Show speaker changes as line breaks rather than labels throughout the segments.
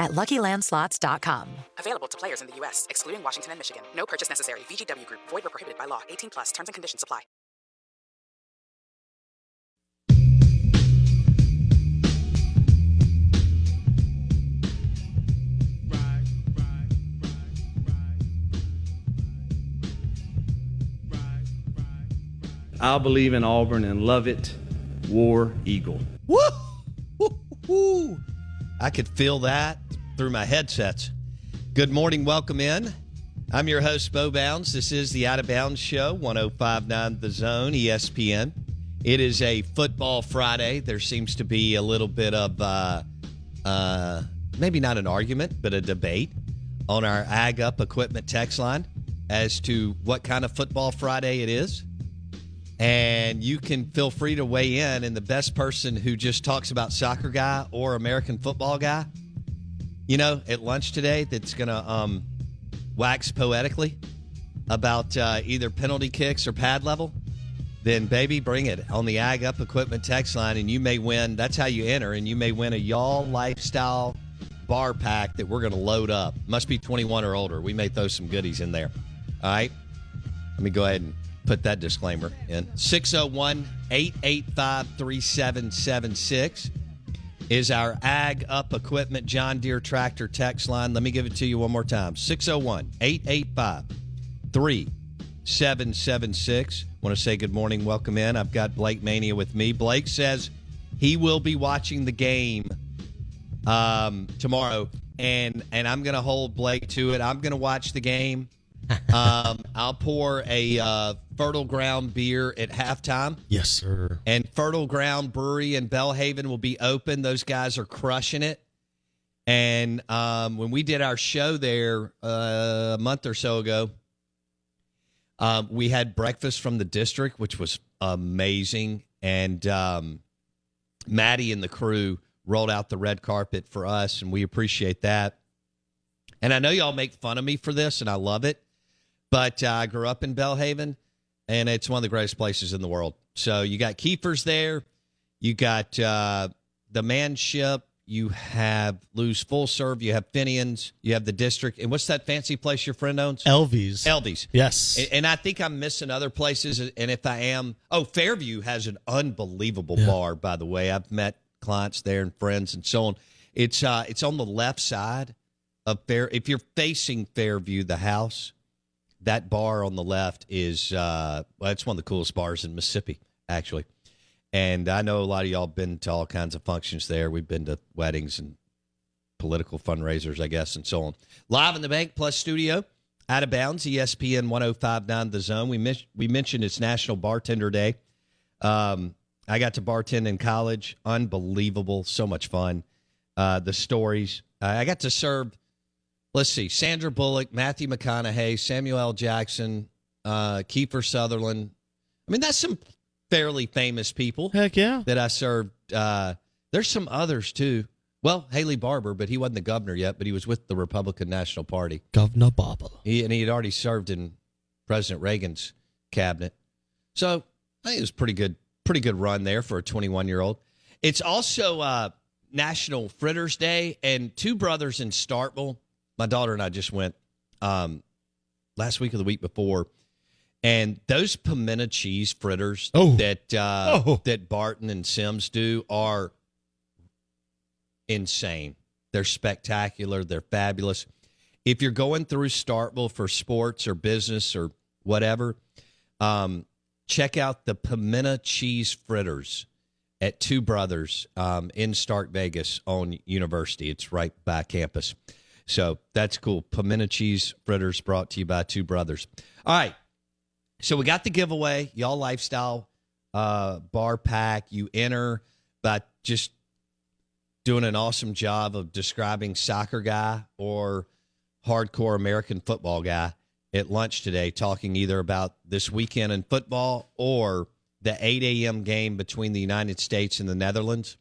at LuckyLandSlots.com.
Available to players in the U.S., excluding Washington and Michigan. No purchase necessary. VGW Group. Void were prohibited by law. 18 plus. Terms and conditions apply.
I believe in Auburn and love it. War Eagle.
Woo! Woo! Woo! I could feel that through my headsets. Good morning. Welcome in. I'm your host, Bo Bounds. This is the Out of Bounds Show, 1059 The Zone, E ESPN. It is a football Friday. There seems to be a little bit of uh, uh, maybe not an argument, but a debate on our Ag Up equipment text line as to what kind of football Friday it is and you can feel free to weigh in. And the best person who just talks about soccer guy or American football guy, you know, at lunch today, that's going to um, wax poetically about uh, either penalty kicks or pad level, then baby, bring it on the Ag Up Equipment text line, and you may win. That's how you enter, and you may win a y'all lifestyle bar pack that we're going to load up. Must be 21 or older. We may throw some goodies in there. All right. Let me go ahead and put that disclaimer in. 601 885 3776 is our Ag Up Equipment John Deere Tractor text line. Let me give it to you one more time 601 885 3776. Want to say good morning, welcome in. I've got Blake Mania with me. Blake says he will be watching the game um, tomorrow. And, and I'm going to hold Blake to it. I'm going to watch the game um, I'll pour a uh, Fertile Ground beer at halftime.
Yes, sir.
And Fertile Ground Brewery in Bellhaven will be open. Those guys are crushing it. And um, when we did our show there uh, a month or so ago, um, we had breakfast from the district, which was amazing. And um, Maddie and the crew rolled out the red carpet for us, and we appreciate that. And I know y'all make fun of me for this, and I love it but uh, I grew up in Bellhaven, and it's one of the greatest places in the world. So you got Keepers there, you got uh, the Manship, you have Lou's Full Serve, you have Finian's, you have the District, and what's that fancy place your friend owns?
Elvies.
Eldy's.
yes.
And- And I think I'm missing other places. And if I am, oh, Fairview has an unbelievable
Yeah.
bar, by the way. I've met clients there and friends and so on. It's uh, it's on the left side of Fair. If you're facing Fairview, the house, that bar on the left is uh, well, it's one of the coolest bars in Mississippi, actually. And I know a lot of y'all been to all kinds of functions there. We've been to weddings and political fundraisers, I guess, and so on. Live in the Bank Plus Studio, out of bounds, E ESPN 1059 The Zone. We, mis- we mentioned it's National Bartender Day. Um, I got to bartend in college. Unbelievable. So much fun. Uh, the stories. Uh, I got to serve, let's see, Sandra Bullock, Matthew McConaughey, Samuel L. Jackson, uh, Kiefer Sutherland. I mean, that's some fairly famous people
Heck yeah.
that I served. Uh, there's some others too. Well, Haley Barber, but he wasn't the governor yet, but he was with the Republican National Party.
Governor Bobble.
He and he had already served in President Reagan's cabinet. So I think it was pretty good, pretty good run there for a 21 year old. It's also uh, National Fritters Day, and two brothers in Startville. My daughter and I just went um, last week or the week before, and those pimento cheese fritters
Oh.
that uh,
Oh.
that Barton and Sims do are insane. They're spectacular. They're fabulous. If you're going through Startville for sports or business or whatever, um, check out the pimento cheese fritters at Two Brothers um, in Stark Vegas on University. It's right by campus. So that's cool. Pimento cheese fritters brought to you by Two Brothers. All right. So we got the giveaway, y'all lifestyle uh, bar pack. You enter by just doing an awesome job of describing soccer guy or hardcore American football guy at lunch today, talking either about this weekend in football or the 8 a.m. game between the United States and the Netherlands.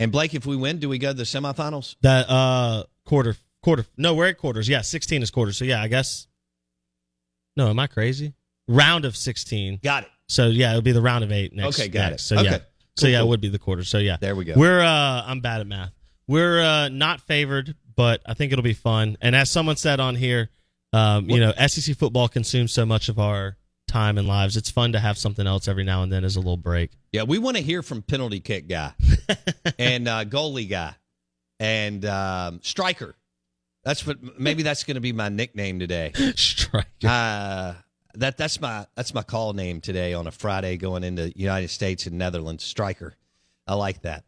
And Blake, if we win, do we go to the semifinals?
That uh quarter quarter no, we're at quarters. Yeah, sixteen is quarters. So yeah, I guess No, am I crazy? Round of sixteen.
Got it.
So yeah, it'll be the round of eight next.
Okay, got
next.
it.
So yeah.
Okay.
so
Cool,
yeah,
cool.
it would be the quarter. So yeah.
There we go.
We're uh I'm bad at math. We're uh not favored, but I think it'll be fun. And as someone said on here, um, you know, SEC football consumes so much of our time and lives. It's fun to have something else every now and then as a little break.
Yeah, we want to hear from penalty kick guy and uh, goalie guy and um, striker. That's what maybe that's going to be my nickname today.
Strike.
Uh, that that's my that's my call name today on a Friday going into United States and Netherlands. Striker, I like that.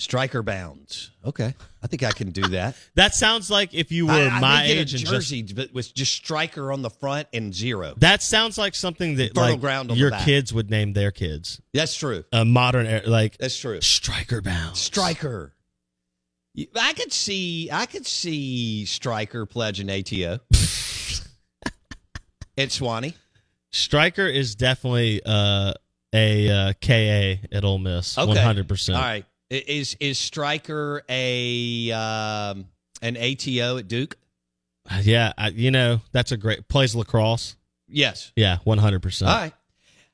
Striker bounds. Okay, I think I can do that.
That sounds like if you were
I, I
my
may get
age
a
and just
jersey, but with just striker on the front and zero.
That sounds like something that
Fertile
like
ground on the
your
back.
kids would name their kids.
That's true.
A modern era, like
That's true.
striker bound.
Striker. You- I could see I could see Striker pledging ATO. It's Swanee.
Striker is definitely uh, a uh, KA at Ole Miss.
Okay.
One hundred
All
percent.
right. I- Is is Striker a um, an ATO at Duke?
Yeah, I, you know that's a great plays lacrosse.
Yes.
Yeah, one hundred
All
percent.
right.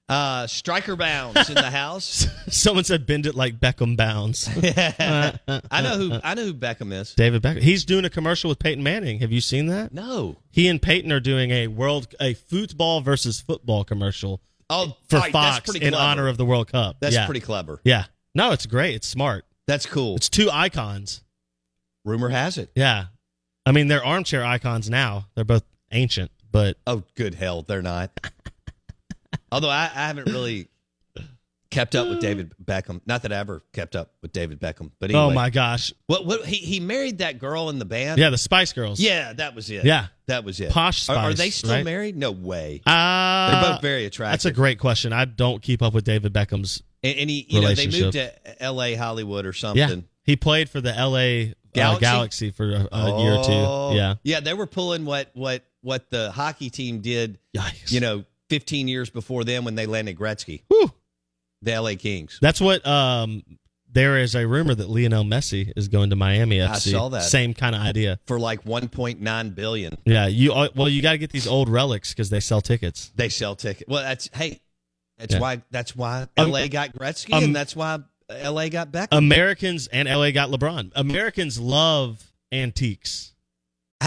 Uh, striker bounds in the house.
Someone said bend it like Beckham bounds.
I know who I know who Beckham is.
David Beckham. He's doing a commercial with Peyton Manning. Have you seen that?
No.
He and Peyton are doing a world a football versus football commercial
Oh,
for
all right,
Fox in
clever.
honor of the World Cup.
That's
yeah.
pretty clever.
Yeah. No, it's great. It's smart.
That's cool.
It's two icons.
Rumor has it.
Yeah. I mean, they're armchair icons now. They're both ancient, but
Oh, good hell, they're not. Although I, I haven't really kept up with David Beckham. Not that I ever kept up with David Beckham, but anyway.
oh my gosh.
What? What? He he married that girl in the band.
Yeah, the Spice Girls.
Yeah, that was it.
Yeah.
that was it.
Posh
Are, are
Spice,
they still
right?
married? No way.
Uh,
They're both very
That's a
attractive.
great question. I don't keep up with David Beckham's.
and, and he, you know, they moved to
Relationship.
L.A. Hollywood or something.
Yeah. He played for the LA uh,
Galaxy?
Galaxy? for a, a year or
Oh.
two. Yeah.
yeah. They were pulling what what what the hockey team did.
Yikes.
You know, 15 years before them when they landed Gretzky,
Whew.
the L.A. Kings.
That's what um there is a rumor that Lionel Messi is going to Miami
I
FC.
saw that.
Same kind of idea.
for like 1.9 billion.
Yeah, you uh, well you got to get these old relics cuz they sell tickets.
They sell tickets. Well, that's hey, that's
Yeah.
why that's why
Um,
LA got Gretzky
um,
and that's why LA got Beckham.
Americans and LA got LeBron. Americans love antiques.
I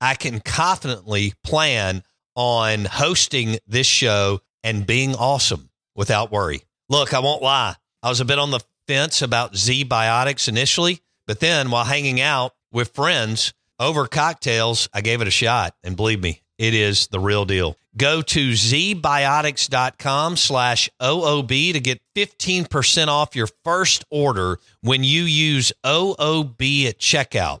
I can confidently plan on hosting this show and being awesome without worry. Look, I won't lie. I was a bit on the fence about Z Biotics initially, but then while hanging out with friends over cocktails, I gave it a shot. And believe me, it is the real deal. Go to zbiotics.com slash OOB to get 15% off your first order when you use OOB at checkout.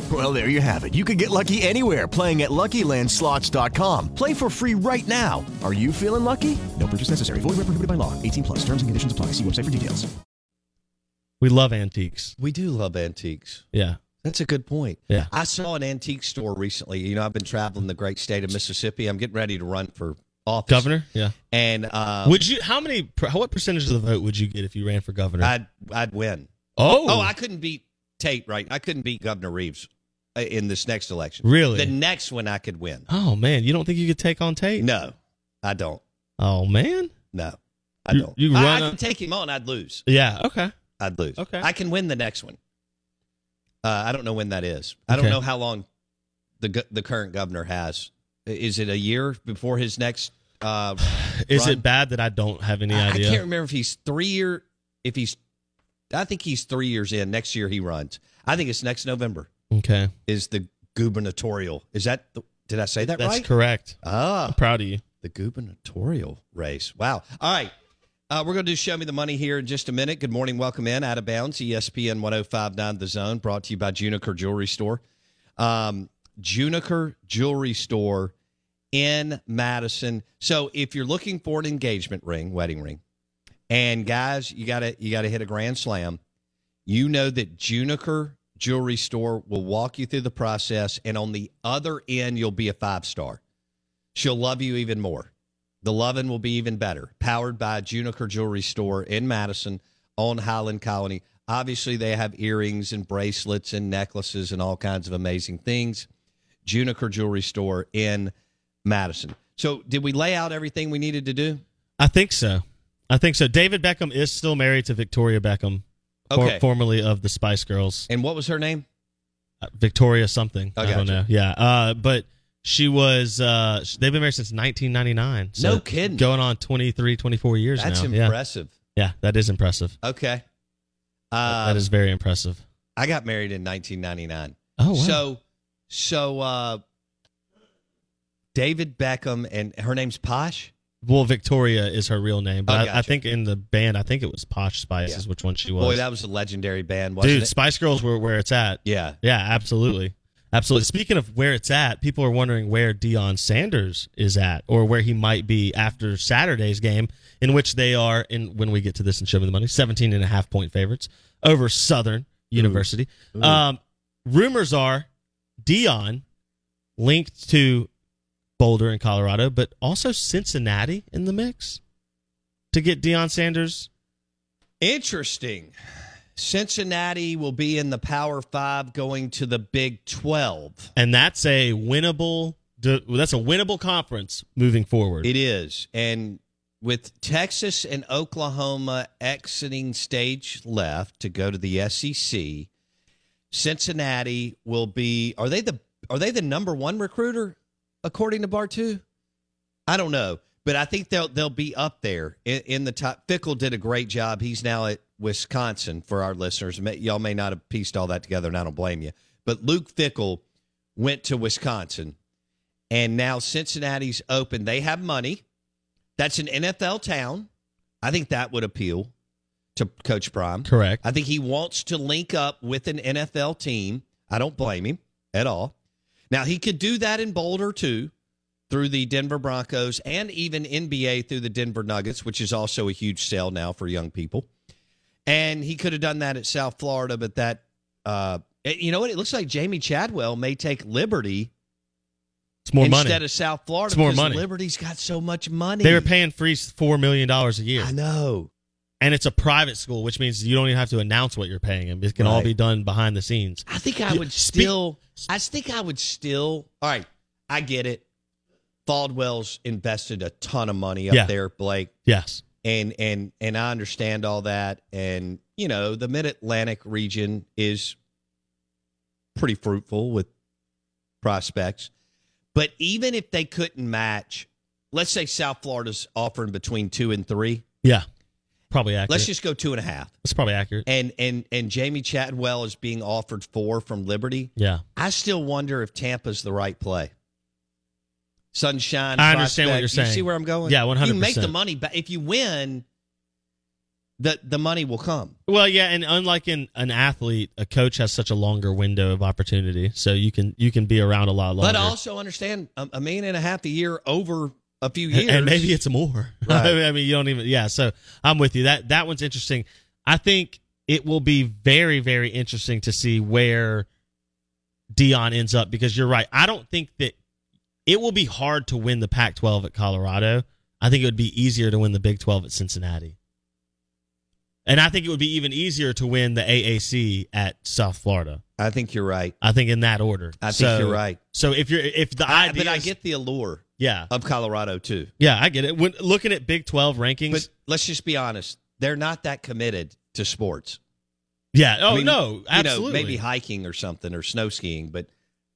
Well, there you have it. You can get lucky anywhere playing at LuckyLandSlots.com. Play for free right now. Are you feeling lucky? No purchase necessary. Void where prohibited by law. 18 plus. Terms and conditions apply. See website for details.
We love antiques.
We do love antiques.
Yeah.
That's a good point.
Yeah.
I saw an antique store recently. You know, I've been traveling the great state of Mississippi. I'm getting ready to run for office.
Governor? Yeah.
And uh,
Would you, how many, per- what percentage of the vote would you get if you ran for governor?
I'd, I'd win.
oh,
Oh, I couldn't beat Tate, right? I couldn't beat Governor Reeves uh, in this next election.
Really?
The next one I could win.
oh man. You don't think you could take on Tate?
No, I don't.
Oh man.
No, I
You-
don't.
you
I, I
run a-
can take him on. I'd lose.
Yeah. Okay.
I'd lose.
Okay.
I can win the next one. Uh, I don't know when that is. I don't
Okay.
know how long the go- the current governor has. I- Is it a year before his next? Uh,
Is
run?
it bad that I don't have any
I-
idea?
I can't remember if he's three year. If he's, I think he's three years in. Next year he runs. I think it's next November
Okay.
is the gubernatorial. Is that? The, did I say that
That's
right?
correct.
Ah,
I'm proud of you.
the gubernatorial race. Wow. All right. Uh, we're going to do Show Me the Money here in just a minute. Good morning. Welcome in. Out of bounds, E ESPN 1059 The Zone, brought to you by Juniker Jewelry Store. Um, Juniker Jewelry Store in Madison. So if you're looking for an engagement ring, wedding ring, and guys, you gotta you gotta hit a grand slam. You know that Juniker Jewelry Store will walk you through the process, and on the other end, you'll be a five star. She'll love you even more. The loving will be even better. Powered by Juniker Jewelry Store in Madison on Highland Colony. Obviously, they have earrings and bracelets and necklaces and all kinds of amazing things. Juniker Jewelry Store in Madison. So, did we lay out everything we needed to do?
I think so. I think so. David Beckham is still married to Victoria Beckham, for-
Okay.
formerly of the Spice Girls.
And what was her name?
Uh, Victoria something.
I
I don't
gotcha.
know. Yeah. Uh, but she was, uh, sh- they've been married since 1999. So
No kidding.
Going on 23, 24 years
That's
now. Yeah.
impressive.
Yeah. That is impressive.
Okay.
That-
Uh,
that is very impressive.
I got married in 1999.
Oh, wow.
So, so uh, David Beckham and her name's Posh.
well, Victoria is her real name,
Oh,
but I, I
gotcha.
think in the band, I think it was Posh Spice
Yeah.
is which one she was.
Boy, that was a legendary band, wasn't
Dude,
it?
Spice Girls were where it's at.
yeah.
Yeah, absolutely. Absolutely. Speaking of where it's at, people are wondering where Deion Sanders is at or where he might be after Saturday's game, in which they are, in when we get to this and show me the money, 17 and a half point favorites over Southern University. Um, rumors are Dion linked to Boulder in Colorado, but also Cincinnati in the mix to get Deion Sanders.
Interesting. Cincinnati will be in the Power Five, going to the Big Twelve.
And that's a winnable. That's a winnable conference moving forward.
It is, and with Texas and Oklahoma exiting stage left to go to the SEC, Cincinnati will be. Are they the Are they the number one recruiter according to Bartu? I don't know, but I think they'll they'll be up there in, in the top. Fickle did a great job. He's now at Wisconsin for our listeners. May- Y'all may not have pieced all that together, and I don't blame you. But Luke Fickle went to Wisconsin, and now Cincinnati's open. They have money. That's an NFL town. I think that would appeal to Coach Prime.
Correct.
I think he wants to link up with an NFL team. I don't blame him at all. Now, he could do that in Boulder too through the Denver Broncos and even NBA through the Denver Nuggets, which is also a huge sell now for young people. And he could have done that at South Florida, but that, uh, it- you know what? It looks like Jamie Chadwell may take Liberty
It's more
instead
money.
of South Florida
It's more
because
money.
Liberty's got so much money.
They were paying Freeze four million dollars a year,
I know.
and it's a private school, which means you don't even have to announce what you're paying them. It can all
Right.
be done behind the scenes.
I think I
Yeah,
would
speak-
still. I think I would still. All right, I get it. Faldwell's invested a ton of money up
Yeah.
there, Blake,
Yes,
and and and I understand all that. And you know, the Mid Atlantic region is pretty fruitful with prospects, But even if they couldn't match, let's say South Florida's offering between two and three.
Yeah, probably accurate.
Let's just go two and a half.
That's probably accurate.
And and and Jamie Chadwell is being offered four from Liberty.
Yeah.
I still wonder if Tampa's the right play. Sunshine.
I understand what
prospect.
you're saying.
You see where I'm going?
Yeah,
You make
100%.
the money back if you win. The the money will come.
Well, yeah, and unlike in an athlete, a coach has such a longer window of opportunity, so you can you can be around a lot longer.
But also understand a, a million and a half a year over a few
And-
years,
and maybe it's more. I, mean, I mean, you don't even. Yeah, so I'm with you. That that one's interesting. I think it will be very very interesting to see where Dion ends up because you're right. I don't think that it will be hard to win the Pac-12 at Colorado. I think it would be easier to win the Big 12 at Cincinnati. And I think it would be even easier to win the AAC at South Florida.
I think you're right.
I think in that order.
I think
So-
you're right.
So if you're if the
I-
idea,
but I
is-
get the allure.
Yeah.
of Colorado too.
yeah, I get it. When looking at Big 12 rankings,
But let's just be honest; they're not that committed to sports.
yeah. Oh
I mean,
no, absolutely.
You know, maybe hiking or something or snow skiing, but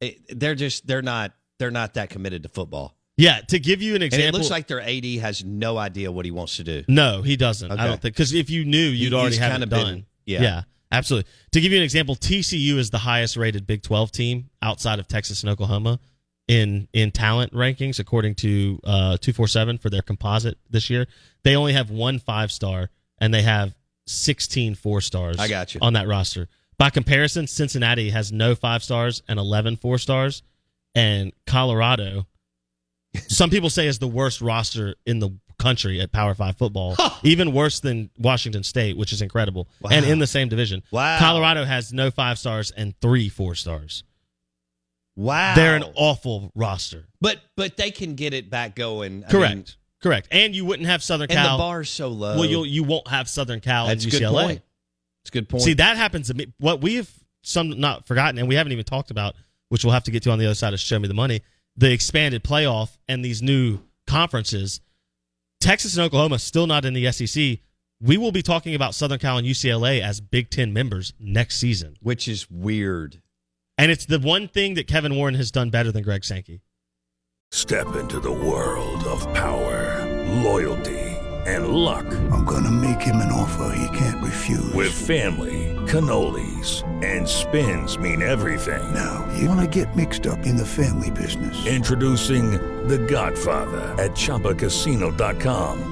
it, they're just they're not they're not that committed to football.
Yeah, to give you an example,
and it looks like their AD has no idea what he wants to do.
no, he doesn't.
Okay.
I don't think because if you knew, you'd
He-
already
he's
have
kinda
it
been-
done.
yeah.
yeah, absolutely. To give you an example, TCU is the highest rated Big Twelve team outside of Texas and Oklahoma in in talent rankings, according to uh, two four seven for their composite this year. They only have one five star and they have 16 four stars.
I got you.
on that roster. By comparison, Cincinnati has no five stars and 11 four stars, and Colorado some people say is the worst roster in the country at Power Five football, even worse than Washington State, which is incredible,
Wow.
and in the same division.
Wow.
Colorado has no five stars and three four stars.
Wow,
They're an awful roster.
but but they can get it back going. I
Correct,
mean,
correct. And you wouldn't have Southern
and
Cal.
the bar's so low.
well, you'll you won't have Southern Cal
that's a
and
good
UCLA.
point. It's a good point.
See, that happens to me. What we've some not forgotten, and we haven't even talked about, which we'll have to get to on the other side of Show Me the Money, the expanded playoff and these new conferences. Texas and Oklahoma still not in the SEC. We will be talking about Southern Cal and UCLA as Big Ten members next season,
which is weird.
and it's the one thing that Kevin Warren has done better than Greg Sankey.
Step into the world of power, loyalty, and luck. I'm going to make him an offer he can't refuse. With family, cannolis, and spins mean everything. Now,
You want to get mixed up in the family business.
introducing The Godfather at ChumbaCasino.com.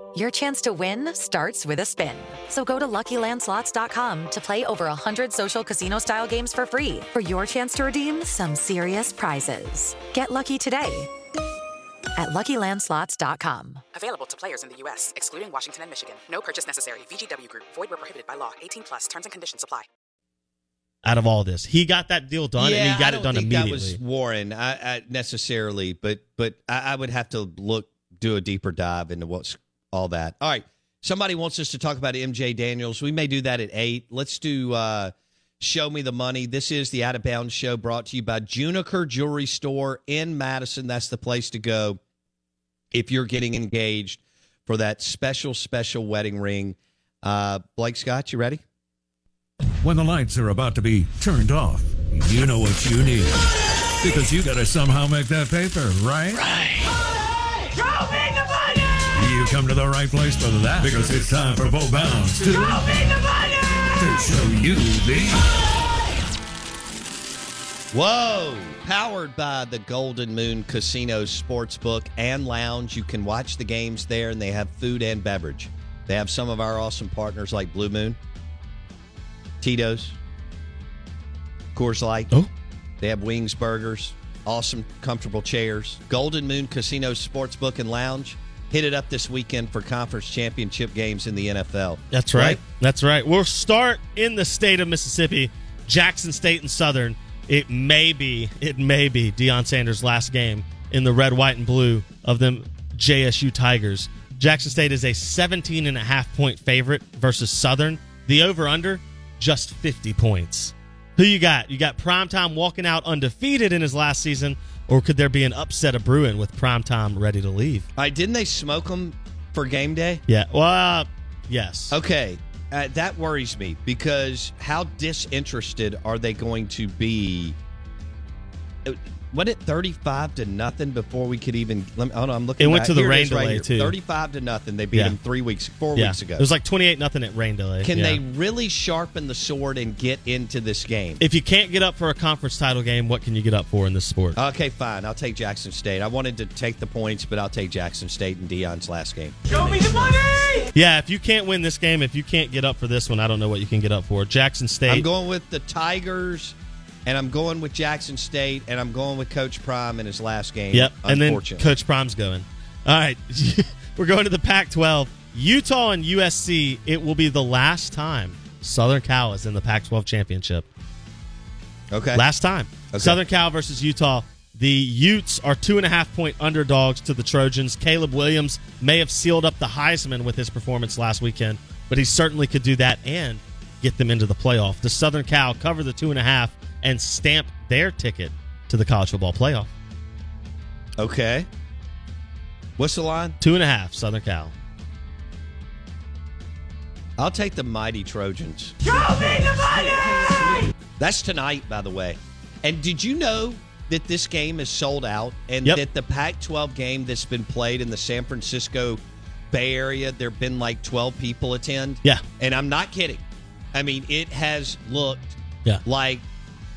your chance to win starts with a spin. So go to luckylandslots.com to play over 100 social casino style games for free for your chance to redeem some serious prizes. Get lucky today at luckylandslots.com.
Available to players in the U.S., excluding Washington and Michigan. No purchase necessary. VGW Group. Void where prohibited by law. 18 plus. Terms and conditions apply.
Out of all this, he got that deal done, and
Yeah,
he got
I
it
don't
done
think
immediately.
That was Warren, I, I necessarily, but but I, I would have to look, do a deeper dive into what's all that. All right, somebody wants us to talk about MJ Daniels. We may do that at eight. Let's do. uh Show me the money. This is the Out of Bounds show brought to you by Juniker Jewelry Store in Madison. That's the place to go if you're getting engaged for that special, special wedding ring. Uh, Blake Scott, you ready?
When the lights are about to be turned off, you know what you need. Because you gotta somehow make that paper, right? You come to the right place for that. Because it's time for Bo Bounds to, to show you the
Whoa! Powered by the Golden Moon Casino Sportsbook and Lounge. You can watch the games there, and they have food and beverage. They have some of our awesome partners like Blue Moon, Tito's, Coors Light.
Oh.
They have wings, burgers, awesome, comfortable chairs. Golden Moon Casino Sportsbook and Lounge. Hit it up this weekend for conference championship games in the NFL.
That's right. That's right. We'll start in the state of Mississippi, Jackson State and Southern. It may be, it may be Deion Sanders' last game in the red, white, and blue of them JSU Tigers. Jackson State is a 17 and a half point favorite versus Southern. The over under, just 50 points. Who you got? You got primetime walking out undefeated in his last season, or could there be an upset of Bruin with primetime ready to leave?
All right, didn't they smoke them for game day?
Yeah. Well, uh, yes.
Okay. Uh, that worries me because how disinterested are they going to be? Uh, Wasn't it 35 to nothing before we could even? Let me, hold on, I'm looking
It went
back.
to the
Here it
rain
is right
delay,
here.
too.
35 to nothing. They beat
Yeah.
them three weeks, four
Yeah.
weeks ago.
It was like 28 nothing at rain delay.
Can
Yeah.
they really sharpen the sword and get into this game?
If you can't get up for a conference title game, what can you get up for in this sport?
Okay, fine. I'll take Jackson State. I wanted to take the points, but I'll take Jackson State in Dion's last game.
Show me the money!
Yeah, if you can't win this game, if you can't get up for this one, I don't know what you can get up for. Jackson State.
I'm going with the Tigers, and I'm going with Jackson State, and I'm going with Coach Prime in his last game.
Yep. And then
unfortunately.
Coach Prime's going. All right. We're going to the Pac 12. Utah and USC, it will be the last time Southern Cal is in the Pac 12 championship.
Okay.
Last time. Southern Cal versus Utah. The Utes are two and a half point underdogs to the Trojans. Caleb Williams may have sealed up the Heisman with his performance last weekend, but he certainly could do that and get them into the playoff. The Southern Cal cover the two and a half and stamp their ticket to the college football playoff.
Okay. What's the line?
Two and a half, Southern Cal.
I'll take the mighty Trojans.
Show me the money!
That's tonight, by the way. And did you know that this game is sold out and that the Pac 12 game that's been played in the San Francisco Bay Area, there have been like 12 people attend?
Yeah.
And I'm not kidding. I mean, it has looked
Yeah.
like,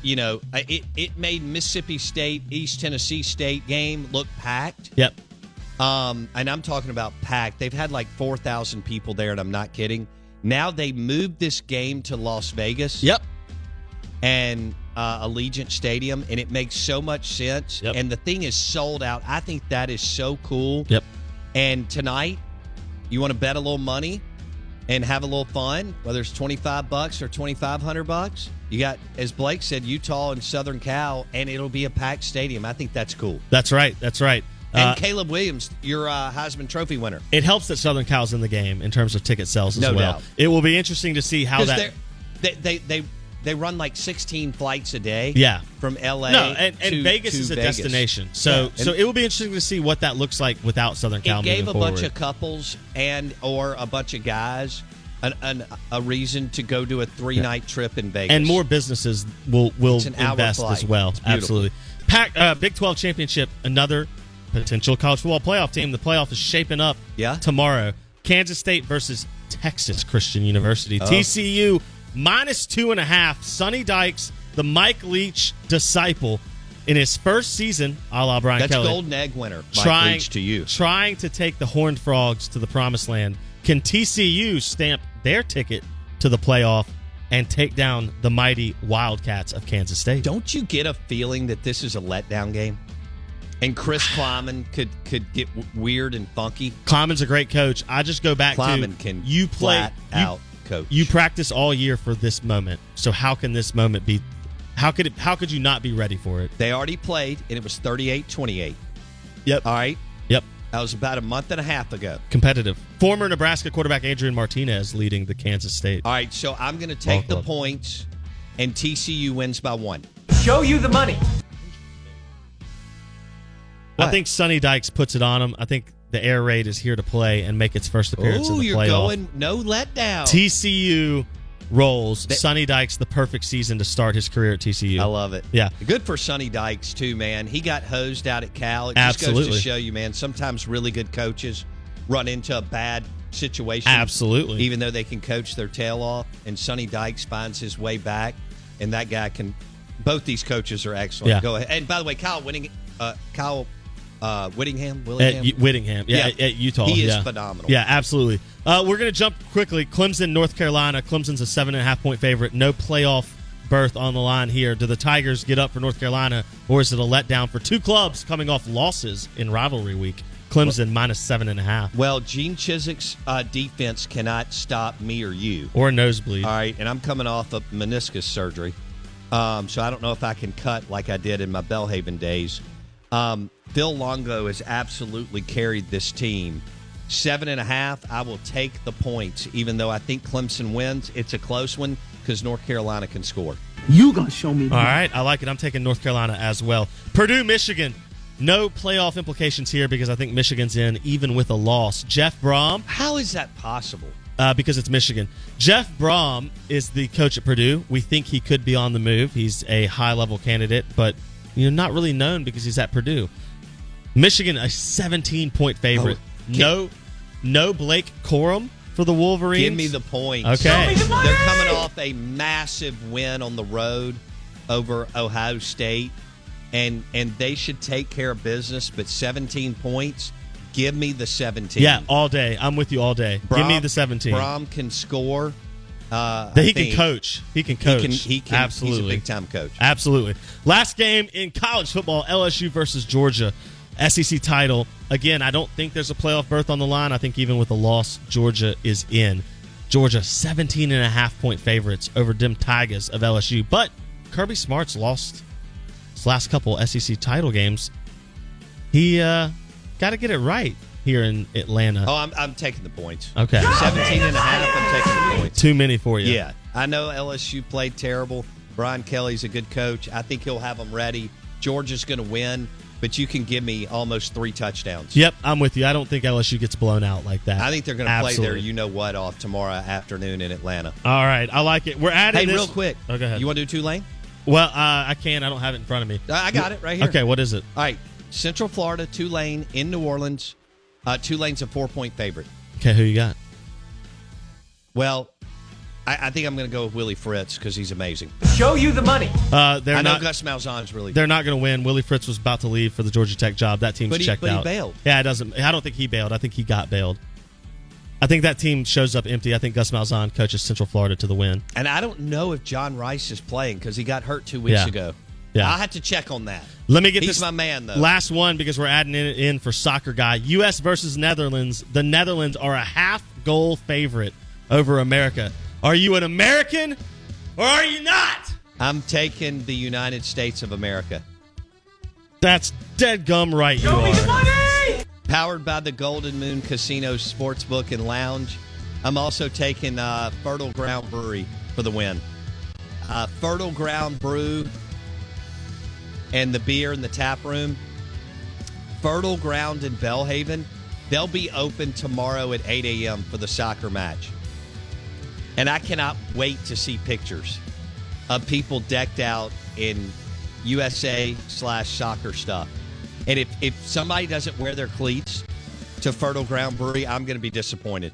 you know, I- it, it made Mississippi State, East Tennessee State game look packed.
Yep.
Um, and I'm talking about packed. They've had like 4,000 people there, and I'm not kidding. Now they moved this game to Las Vegas.
Yep.
And uh, Allegiant Stadium, and it makes so much sense. And the thing is sold out. I think that is so cool.
Yep.
And tonight, you want to bet a little money and have a little fun, whether it's 25 bucks or 2500 bucks. You got, as Blake said, Utah and Southern Cal, and it'll be a packed stadium. I think that's cool.
That's right. That's right.
And
Uh,
Caleb Williams, your uh, Heisman Trophy winner.
it helps that Southern Cal's in the game in terms of ticket sales as
No
well.
doubt.
It will be interesting to see how
Because
that.
they're- they, they they they run like 16 flights a day.
Yeah.
from L.A.
No, and, and
to-
Vegas
to
is a
Vegas.
destination. So
Yeah.
so
And
it will be interesting to see what that looks like without Southern Cal.
it gave a
moving
bunch
forward.
of couples and or a bunch of guys an, an, a reason to go do a three night trip in Vegas
and more businesses will will
It's an hour
invest
flight.
as well.
It's beautiful.
Absolutely. Pac, uh, Big Twelve championship, another potential college football playoff team. The playoff is shaping up. Yeah. Tomorrow, Kansas State versus Texas Christian University.
Oh.
TCU minus two and a half. Sonny Dykes, the Mike Leach disciple, in his first season, a la Brian
That's
Kelly.
golden egg winner. Mike
trying
Leach to you.
trying to take the Horned Frogs to the promised land. Can TCU stamp their ticket to the playoff and take down the mighty Wildcats of Kansas State?
Don't you get a feeling that this is a letdown game? And Chris Kleiman could could get w- weird and funky.
Kleiman's a great coach. I just go back
Kleiman
to
can
you play
flat
you-
out coach.
You practice all year for this moment. So how can this moment be? How could it? How could you not be ready for it?
They already played, and it was 38-28.
Yep.
All right.
Yep.
That was about a month and a half ago.
Competitive. Former Nebraska quarterback Adrian Martinez leading the Kansas State.
All right, so I'm going to
Ball
take the
club.
points, and TCU wins by one.
Show you the money.
I think Sonny Dykes puts it on him. I think the air raid is here to play and make its first appearance in
Ooh,
the
you're
playoff.
going no letdown.
TCU rolls. Sonny Dykes, the perfect season to start his career at TCU. I
love it.
Yeah.
Good for Sonny Dykes too, man. He got hosed out at Cal. It just goes
Absolutely.
to show you, man. Sometimes really good coaches run into a bad situation.
Absolutely.
Even though they can coach their tail off, and Sonny Dykes finds his way back, and that guy can Both these coaches are excellent.
Yeah.
Go ahead. And by the way, Kyle Winning, uh, Kyle uh, Whittingham,
At
Willingham,
U- Whittingham, yeah, At, at Utah.
He is
yeah.
phenomenal.
Yeah, absolutely. Uh, we're going to jump quickly. Clemson, North Carolina. Clemson's a seven and a half point favorite. No playoff berth on the line here. Do the Tigers get up for North Carolina, or is it a letdown for two clubs coming off losses in rivalry week? Clemson minus seven and a half,
Well, Gene Chiswick's uh, defense cannot stop me or you.
or a nosebleed.
All right, and I'm coming off of meniscus surgery, um, so I don't know if I can cut like I did in my Bellhaven days. Um, Phil Longo has absolutely carried this team. Seven and a half, I will take the points, even though I think Clemson wins. It's a close one because North Carolina can score.
You gonna show me? All right, I like it. I'm taking North Carolina as well. Purdue, Michigan. No playoff implications here because I think Michigan's in even with a loss. Jeff Brom.
How is that possible?
Uh, because it's Michigan. Jeff Brom is the coach at Purdue. We think he could be on the move. He's a high level candidate, but you know, not really known because he's at Purdue. Michigan, a 17 point favorite. no, no Blake Corum for the Wolverines.
Oh, Give me the points.
Okay.
They're coming off a massive win on the road over Ohio State, and and they should take care of business. But 17 points, give me the 17.
Yeah, all day. I'm with you all day. Give me
Brom-
the 17.
Brom can score. Uh,
That
I
he can
think.
coach. He can
He
coach.
can- he can- he's a
Absolutely.
big-time coach.
Absolutely. Last game in college football, LSU versus Georgia. SEC title. Again, I don't think there's a playoff berth on the line. I think even with a loss, Georgia is in. Georgia, 17 and a half point favorites over them Tigers of LSU. But Kirby Smart's lost his last couple SEC title games. He uh, got to get it right here in Atlanta.
Oh, I'm, I'm taking the points.
Okay.
17 and a half, I'm taking the points.
Too many for you.
Yeah, I know LSU played terrible. Brian Kelly's a good coach. I think he'll have them ready. Georgia's going to win, but you can give me almost three touchdowns.
Yep, I'm with you. I don't think LSU gets blown out like that.
I think they're going to play their
Absolutely.
you know what off tomorrow afternoon in Atlanta.
All right, I like it. We're adding.
Hey,
this-
real quick.
Oh, go ahead.
You want to do Tulane?
Well, uh, I can. I don't have it in front of me.
I I got it right here.
Okay, what is it?
All right, Central Florida, Tulane in New Orleans. Uh, Tulane's a four point favorite.
Okay, who you got?
Well, I, I think I'm going to go with Willie Fritz because he's amazing.
Show you the money.
Uh, they're
I know
not.
Gus Malzahn's really.
They're not going to win. Willie Fritz was about to leave for the Georgia Tech job. That team's
But he-
checked
but he
out.
bailed.
Yeah, it doesn't. I don't think he bailed. I think he got bailed. I think that team shows up empty. I think Gus Malzahn coaches Central Florida to the win.
And I don't know if John Rice is playing because he got hurt two weeks
Yeah.
ago.
Yeah.
I'll have to check on that.
Let me get
He's
this
my man, though.
Last one because we're adding it in for soccer guy. U.S. versus Netherlands. The Netherlands are a half goal favorite over America. Are you an American or are you not?
I'm taking the United States of America.
That's dead gum right. You are.
Powered by the Golden Moon Casino Sportsbook and Lounge. I'm also taking uh, Fertile Ground Brewery for the win. Uh, Fertile Ground Brew and the beer in the tap room. Fertile Ground in Bellhaven. They'll be open tomorrow at 8 a.m. for the soccer match. And I cannot wait to see pictures of people decked out in USA slash soccer stuff. And if, if somebody doesn't wear their cleats to Fertile Ground Brewery, I'm going to be disappointed.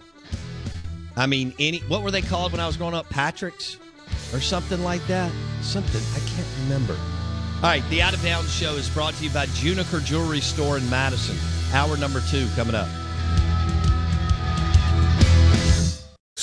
I mean, any what were they called when I was growing up? Patrick's or something like that? Something I can't remember. All right, the Out of Bounds Show is brought to you by Juniper Jewelry Store in Madison. Hour number two coming up.